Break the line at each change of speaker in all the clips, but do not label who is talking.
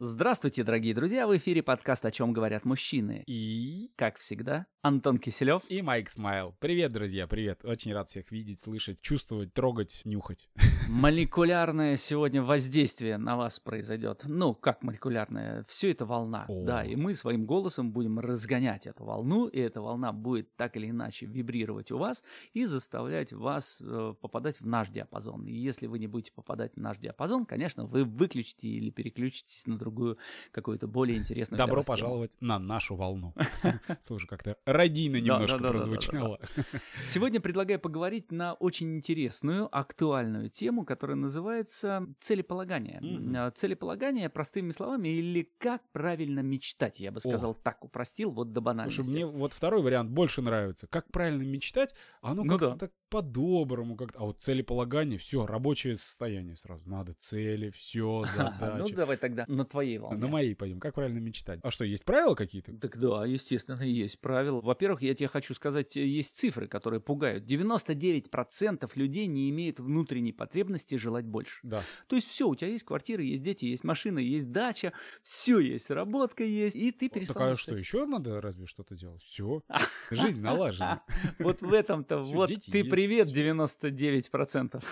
Здравствуйте, дорогие друзья! В эфире подкаст «О чем говорят мужчины».
И...
Как всегда, Антон Киселев.
И Майк Смайл. Привет, друзья, привет. Очень рад всех видеть, слышать, чувствовать, трогать, нюхать.
Молекулярное сегодня воздействие на вас произойдет. Ну, как молекулярное? Все это волна.
О.
Да, и мы своим голосом будем разгонять эту волну, и эта волна будет так или иначе вибрировать у вас и заставлять вас э, попадать в наш диапазон. И если вы не будете попадать в наш диапазон, конечно, вы выключите или переключитесь на другую какую-то более интересную для
Добро
вас тему.
пожаловать на нашу волну. Слушай, как-то радийно немножко
да, да, да, да, да.
прозвучало.
Сегодня предлагаю поговорить на очень интересную, актуальную тему, которая называется целеполагание.
Мгм.
Э, Целеполагание, простыми словами, или как правильно мечтать, я бы сказал так, упростил, вот до банальности.
Слушай, мне вот второй вариант больше нравится. Как правильно мечтать, оно
Ну
как-то
да.
так по-доброму, как-то. А вот целеполагание, все, рабочее состояние сразу. Надо цели, все,
Ха, Ну
задачи.
давай тогда на твоей волне.
а, На мои пойдем. Как правильно мечтать? А что, есть правила какие-то?
Так да, естественно, есть правила. Во-первых, я тебе хочу сказать, э, есть цифры, которые пугают. 99% людей не имеют внутренней потребности желать больше.
Да.
То есть все, у тебя есть квартира, есть дети, есть машина, есть дача, все есть, работка есть, и ты перестал
Такая
мечтать.
а что, еще надо разве что-то делать? Все. Жизнь налажена.
Вот в этом-то,
Всё,
вот
дети
ты
есть,
привет,
всё.
99%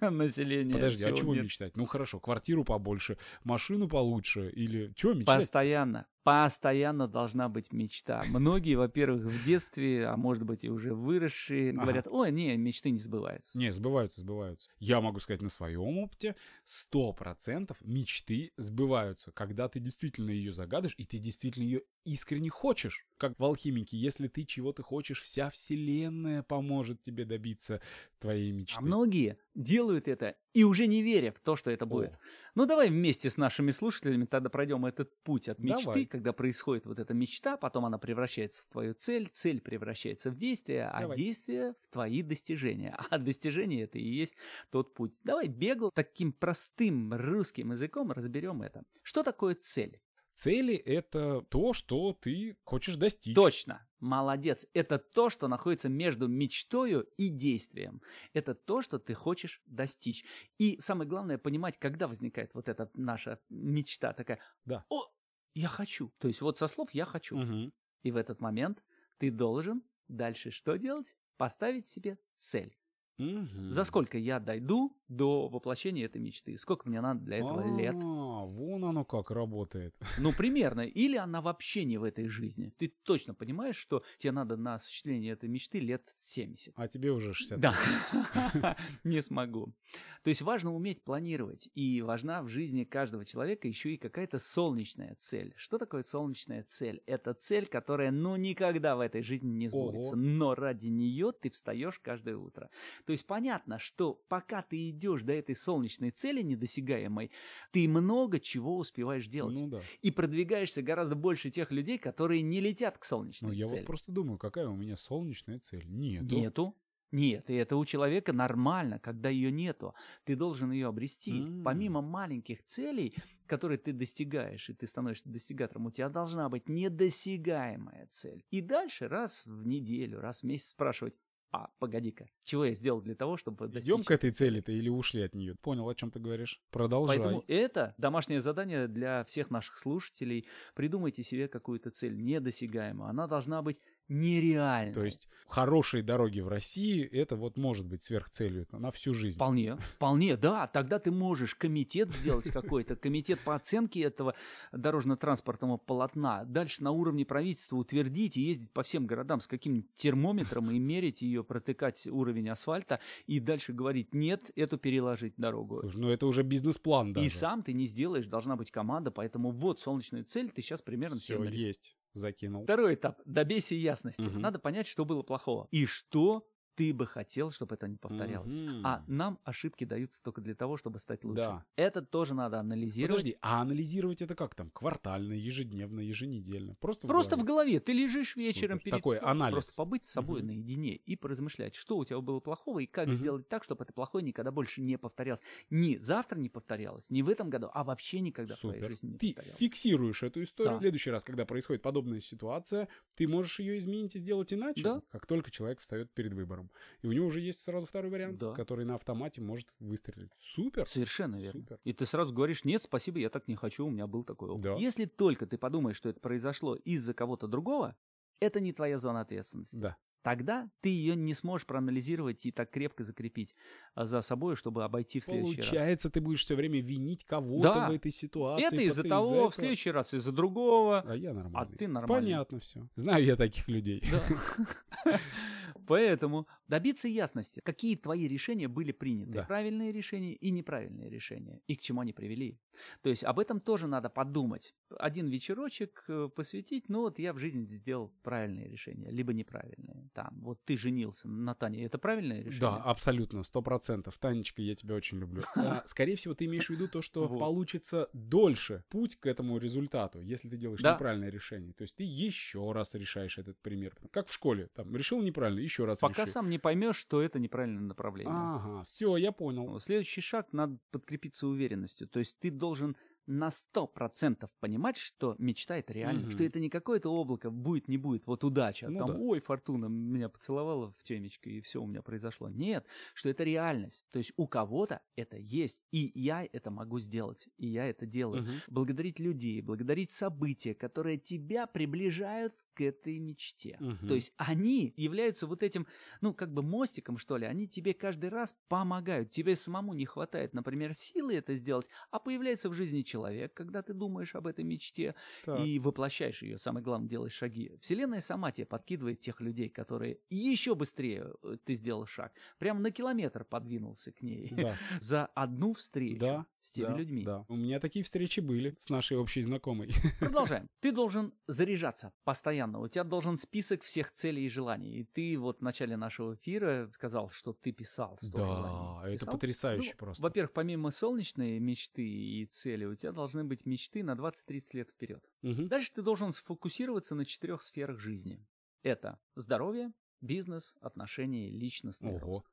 населения.
Подожди, а
всего
чего
мира.
мечтать? Ну хорошо, квартиру побольше, машину получше или чего мечтать?
Постоянно, постоянно должна быть мечта. Многие, во-первых, в детстве, а может быть и уже выросшие,
Ага.
говорят, ой, не, мечты не сбываются.
Не, сбываются, сбываются. Я могу сказать на своем опыте, сто процентов мечты сбываются, когда ты действительно ее загадываешь, и ты действительно ее искренне хочешь. Как в алхимике, если ты чего-то хочешь, вся вселенная поможет тебе добиться твоей мечты.
А многие делают это и уже не веря в то, что это
О,
будет. Ну давай вместе с нашими слушателями тогда пройдем этот путь от мечты,
Давай.
когда происходит вот эта мечта, потом она превращается в твою цель, цель превращается в действие, а
Давай.
действие в твои достижения. А достижение это и есть тот путь. Давай бегло таким простым русским языком разберем это. Что такое цель?
Цели — это то, что ты хочешь достичь.
Точно. Молодец. Это то, что находится между мечтою и действием. Это то, что ты хочешь достичь. И самое главное понимать, когда возникает вот эта наша мечта такая.
Да.
О, я хочу. То есть вот со слов я хочу.
Мгм.
И в этот момент ты должен дальше что делать? Поставить себе цель.
Мгм.
За сколько я дойду до воплощения этой мечты? Сколько мне надо для этого лет?
А, вон оно как работает.
Ну, примерно. Или она вообще не в этой жизни. Ты точно понимаешь, что тебе надо на осуществление этой мечты лет 70.
А тебе уже 60.
Да, не смогу. То есть важно уметь планировать, и важна в жизни каждого человека еще и какая-то солнечная цель. Что такое солнечная цель? Это цель, которая, ну, никогда в этой жизни не сбудется,
Ого.
но ради нее ты встаешь каждое утро. То есть понятно, что пока ты идешь до этой солнечной цели недосягаемой, ты много чего успеваешь делать
Ну да.
и продвигаешься гораздо больше тех людей, которые не летят к солнечной
Ну я
цели.
вот просто думаю, какая у меня солнечная цель. Нету.
Нету. Нет, и это у человека нормально, когда ее нету. Ты должен ее обрести.
М.
Помимо маленьких целей, которые ты достигаешь, и ты становишься достигатором, у тебя должна быть недосягаемая цель. И дальше раз в неделю, раз в месяц спрашивать, а, погоди-ка, чего я сделал для того, чтобы достичь?
Идем к этой цели-то или ушли от нее? Понял, о чем ты говоришь. Продолжай.
Поэтому это домашнее задание для всех наших слушателей. Придумайте себе какую-то цель недосягаемую. Она должна быть нереальной.
То есть хорошие дороги в России это вот может быть сверхцелью на всю жизнь.
Вполне, вполне, да. Тогда ты можешь комитет сделать какой-то, комитет по оценке этого дорожно-транспортного полотна. Дальше на уровне правительства утвердить и ездить по всем городам с каким-нибудь термометром и мерить ее, протыкать уровень асфальта и дальше говорить нет, эту переложить дорогу.
Слушай, ну это уже бизнес-план даже.
И сам ты не сделаешь, должна быть команда, поэтому вот солнечную цель ты сейчас примерно
Все
себе нарисовал.
есть. Закинул.
Второй этап. Добейся ясности.
Мгм.
Надо понять, что было плохого. И что ты бы хотел, чтобы это не повторялось.
Мгм.
А нам ошибки даются только для того, чтобы стать лучше.
Да.
Это тоже надо анализировать.
Подожди, а анализировать это как там? Квартально, ежедневно, еженедельно? Просто,
Просто
в
в
голове?
голове ты лежишь вечером
Супер.
перед
Такой
сном,
анализ.
Просто побыть с собой
Мгм.
наедине и поразмышлять, что у тебя было плохого и как
Мгм.
сделать так, чтобы это плохое никогда больше не повторялось. Ни завтра не повторялось, ни в этом году, а вообще никогда в
Супер.
твоей жизни не
Ты
повторялось.
фиксируешь эту историю.
Да.
В следующий раз, когда происходит подобная ситуация, ты можешь ее изменить и сделать иначе,
Да.
как только человек встает перед выбором. прям. И у него уже есть сразу второй вариант,
Да.
который на автомате может выстрелить. Супер!
Совершенно верно.
Супер.
И ты сразу говоришь, нет, спасибо, я так не хочу, у меня был такой опыт.
Да.
Если только ты подумаешь, что это произошло из-за кого-то другого, это не твоя зона ответственности.
Да.
Тогда ты ее не сможешь проанализировать и так крепко закрепить а, за собой, чтобы обойти в следующий раз.
Получается, ты будешь все время винить кого-то
Да.
в этой ситуации.
Это из-за
кто-то
того,
этого.
в следующий раз из-за другого.
А я нормальный.
ты нормальный.
Понятно все. Знаю я таких людей.
Да. Поэтому добиться ясности, какие твои решения были приняты,
Да.
правильные решения и неправильные решения, и к чему они привели. То есть об этом тоже надо подумать. Один вечерочек э, посвятить, ну вот я в жизни сделал правильные решения, либо неправильные. Там, вот ты женился на Тане, это правильное решение?
Да, а абсолютно, сто процентов. Танечка, я тебя очень люблю. А, Скорее всего, ты имеешь в виду то, что
Вот.
получится дольше путь к этому результату, если ты делаешь
Да.
неправильное решение. То есть ты еще раз решаешь этот пример. Как в школе, там, решил неправильно, еще раз
Пока
реши.
сам не поймешь, что это неправильное направление.
Ага, все, я понял.
Следующий шаг надо подкрепиться уверенностью. То есть ты должен на сто процентов понимать, что мечта это реально,
Мгм.
что это не какое-то облако, будет, не будет, вот удача, а
Ну
там,
да.
ой, фортуна меня поцеловала в темечко, и все у меня произошло. Нет, что это реальность. То есть у кого-то это есть, и я это могу сделать, и я это делаю.
Мгм.
Благодарить людей, благодарить события, которые тебя приближают к этой мечте.
Мгм.
То есть они являются вот этим, ну, как бы мостиком, что ли. Они тебе каждый раз помогают. Тебе самому не хватает, например, силы это сделать, а появляется в жизни человек, когда ты думаешь об этой мечте
Так.
и воплощаешь ее. Самое главное, делаешь шаги. Вселенная сама тебе подкидывает тех людей, которые еще быстрее э, ты сделал шаг. Прям на километр подвинулся к ней.
Да.
За одну встречу
Да,
с теми
да,
людьми.
Да. У меня такие встречи были с нашей общей знакомой.
Продолжаем. Ты должен заряжаться постоянно. У тебя должен список всех целей и желаний. И ты вот в начале нашего эфира сказал, что ты писал 100 желаний.
Да, это
Писал?
потрясающе
Ну,
просто.
Во-первых, помимо солнечной мечты и цели, у тебя должны быть мечты на 20-30 лет вперед.
Мгм.
Дальше ты должен сфокусироваться на четырех сферах жизни. Это здоровье, бизнес, отношения, личностный
Ого.
рост.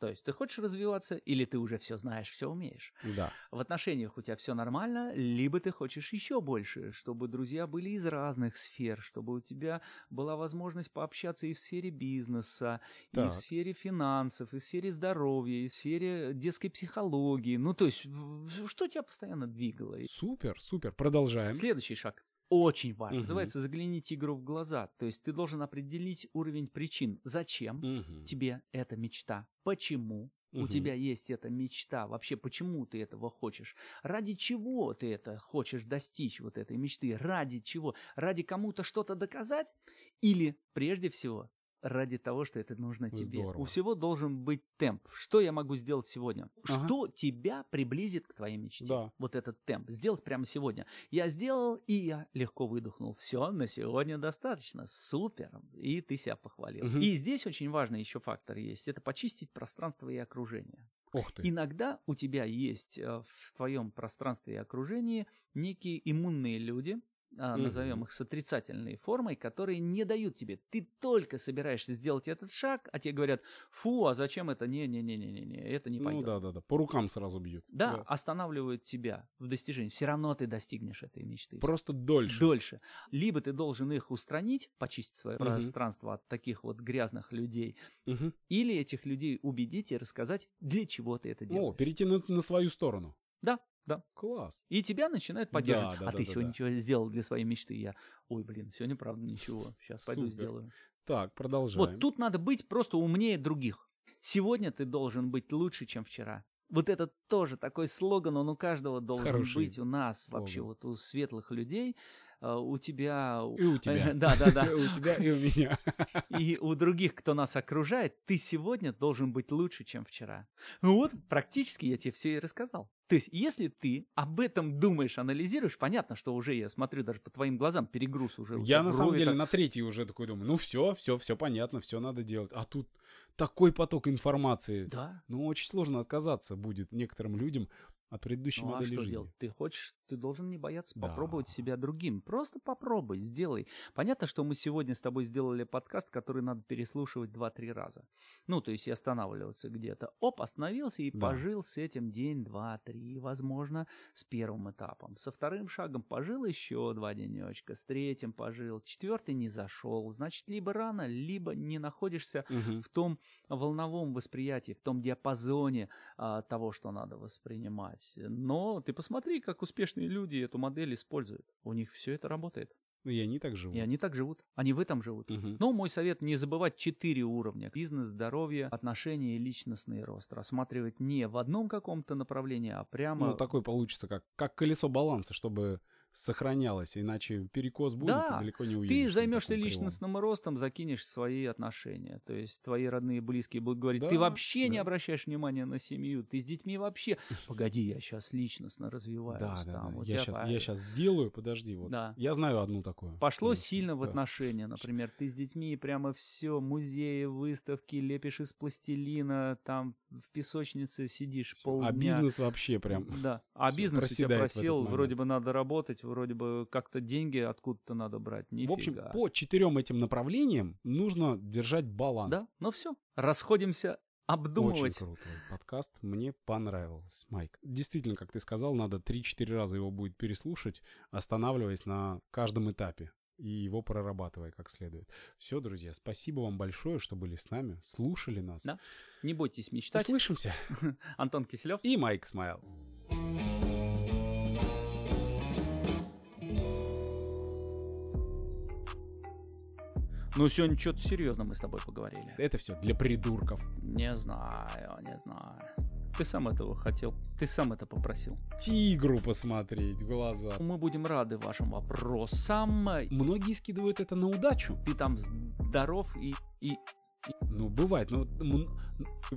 То есть ты хочешь развиваться или ты уже все знаешь, все умеешь?
Да.
в отношениях у тебя все нормально, либо ты хочешь еще больше, чтобы друзья были из разных сфер, чтобы у тебя была возможность пообщаться и в сфере бизнеса, и
Так.
в сфере финансов, и в сфере здоровья, и в сфере детской психологии. Ну, то есть, в- в- что тебя постоянно двигало? И
Супер, супер. Продолжаем.
Следующий шаг. Очень важно.
Мгм.
Называется «загляни тигру в глаза». То есть ты должен определить уровень причин. Зачем
Мгм.
тебе эта мечта? Почему у
Мгм.
тебя есть эта мечта. Вообще, почему ты этого хочешь? Ради чего ты это хочешь достичь, вот этой мечты? Ради чего? Ради кому-то что-то доказать? Или, прежде всего, ради того, что это нужно тебе?
Здорово.
У всего должен быть темп. Что я могу сделать сегодня?
Ага.
Что тебя приблизит к твоей мечте?
Да.
Вот этот темп. Сделать прямо сегодня. Я сделал, и я легко выдохнул. Все, на сегодня достаточно. Супер. И ты себя похвалил.
Мгм.
И здесь очень важный еще фактор есть. Это почистить пространство и окружение.
Ух ты.
Иногда у тебя есть э, в твоем пространстве и окружении некие иммунные люди, а,
Мгм.
назовем их с отрицательной формой, которые не дают тебе. Ты только собираешься сделать этот шаг, а тебе говорят, фу, а зачем это? Не-не-не-не-не, это не
Ну
пойдет.
да, да, да. По рукам сразу бьют.
Да, останавливают тебя в достижении. Все равно ты достигнешь этой мечты.
Просто дольше.
Дольше. Либо ты должен их устранить, почистить свое
Мгм.
пространство от таких вот грязных людей,
Мгм.
или этих людей убедить и рассказать, для чего ты это
О,
делаешь.
перейти на, на свою сторону.
Да, да.
Класс.
И тебя начинают поддерживать.
Да, да,
а
да,
ты
да,
сегодня
да.
чего сделал для своей мечты? И Я, ой, блин, сегодня правда ничего. Сейчас пойду
Супер.
сделаю.
Так, продолжаем.
Вот тут надо быть просто умнее других. Сегодня ты должен быть лучше, чем вчера. Вот это тоже такой слоган, он у каждого должен
Хороший
быть у нас
слоган.
вообще, вот у светлых людей, э, у тебя...
И у тебя.
Да, да, да.
У тебя и у меня.
И у других, кто нас окружает, ты сегодня должен быть лучше, чем вчера. Ну вот, практически я тебе все и рассказал. То есть, если ты об этом думаешь, анализируешь, понятно, что уже, я смотрю даже по твоим глазам, перегруз уже. у тебя
Я на самом
крови
деле
так-
на третий уже такой думаю, ну все, все, все понятно, все надо делать. А тут такой поток информации.
Да.
Ну, очень сложно отказаться будет некоторым людям от предыдущей
Ну а
модели
что
жизни.
делать? Ты хочешь ты должен не бояться
Да.
попробовать себя другим. Просто попробуй, сделай. Понятно, что мы сегодня с тобой сделали подкаст, который надо переслушивать 2-3 раза. Ну, то есть и останавливаться где-то. Оп, остановился и
Да.
пожил с этим день, два, три, возможно, с первым этапом. Со вторым шагом пожил еще два денечка, с третьим пожил, четвертый не зашел. Значит, либо рано, либо не находишься
Мгм.
в том волновом восприятии, в том диапазоне а, того, что надо воспринимать. Но ты посмотри, как успешные люди эту модель используют. У них все это работает.
Ну, и они так живут.
И они так живут. Они в этом живут.
Мгм.
Но мой совет не забывать четыре уровня. Бизнес, здоровье, отношения и личностный рост. Рассматривать не в одном каком-то направлении, а прямо...
Ну, такой получится, как, как колесо баланса, чтобы сохранялось, иначе перекос будет,
Да,
и далеко не уедешь.
Ты
на
займешься
таком кривом.
личностным ростом, закинешь свои отношения. То есть твои родные, близкие будут говорить, ты
Да,
вообще не
да.
обращаешь внимания на семью, ты с детьми вообще... Погоди, я сейчас личностно развиваюсь.
Да, да,
там,
да.
у
Я
тебя
сейчас,
по-
я сейчас сделаю, подожди, вот.
Да.
Я знаю одну такую.
Пошло
Конечно,
сильно в
да.
отношения, например, ты с детьми прямо все, музеи, выставки, лепишь из пластилина, там в песочнице сидишь полдня.
А бизнес вообще прям.
Да. А
всё,
бизнес у тебя
проседает в этот
просел,
момент.
вроде бы надо работать, вроде бы как-то деньги откуда-то надо брать. Нифига.
В общем, по четырем этим направлениям нужно держать баланс.
Да, ну все, расходимся
Очень
обдумывать.
крутой подкаст, мне понравилось, Майк. Действительно, как ты сказал, надо 3-4 раза его будет переслушать, останавливаясь на каждом этапе и его прорабатывая как следует. Все, друзья, спасибо вам большое, что были с нами, слушали нас.
Да. Не бойтесь мечтать.
Услышимся.
Антон Киселев.
И Майк Смайл.
Ну, сегодня что-то серьезно мы с тобой поговорили.
Это все для придурков.
Не знаю, не знаю. Ты сам этого хотел, ты сам это попросил.
Тигру посмотреть в глаза.
Мы будем рады вашим вопросам.
Многие скидывают это на удачу.
Ты там здоров и, и
Ну, бывает. Ну, м-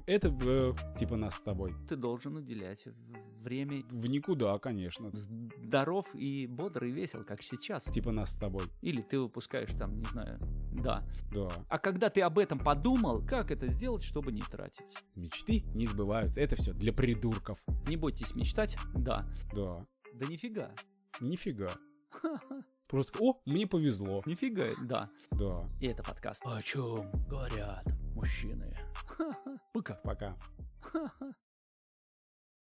это э, типа нас с тобой.
ты должен уделять в- время.
В никуда, конечно.
Здоров и бодр и весел, как сейчас.
Типа нас с тобой.
Или ты выпускаешь там, не знаю, да.
Да.
А когда ты об этом подумал, как это сделать, чтобы не тратить?
Мечты не сбываются. Это все для придурков.
Не бойтесь мечтать, да.
Да.
Да нифига.
Нифига. Просто, о, мне повезло.
Нифига, да.
Да.
И это подкаст. О чем говорят мужчины? Пока.
Пока.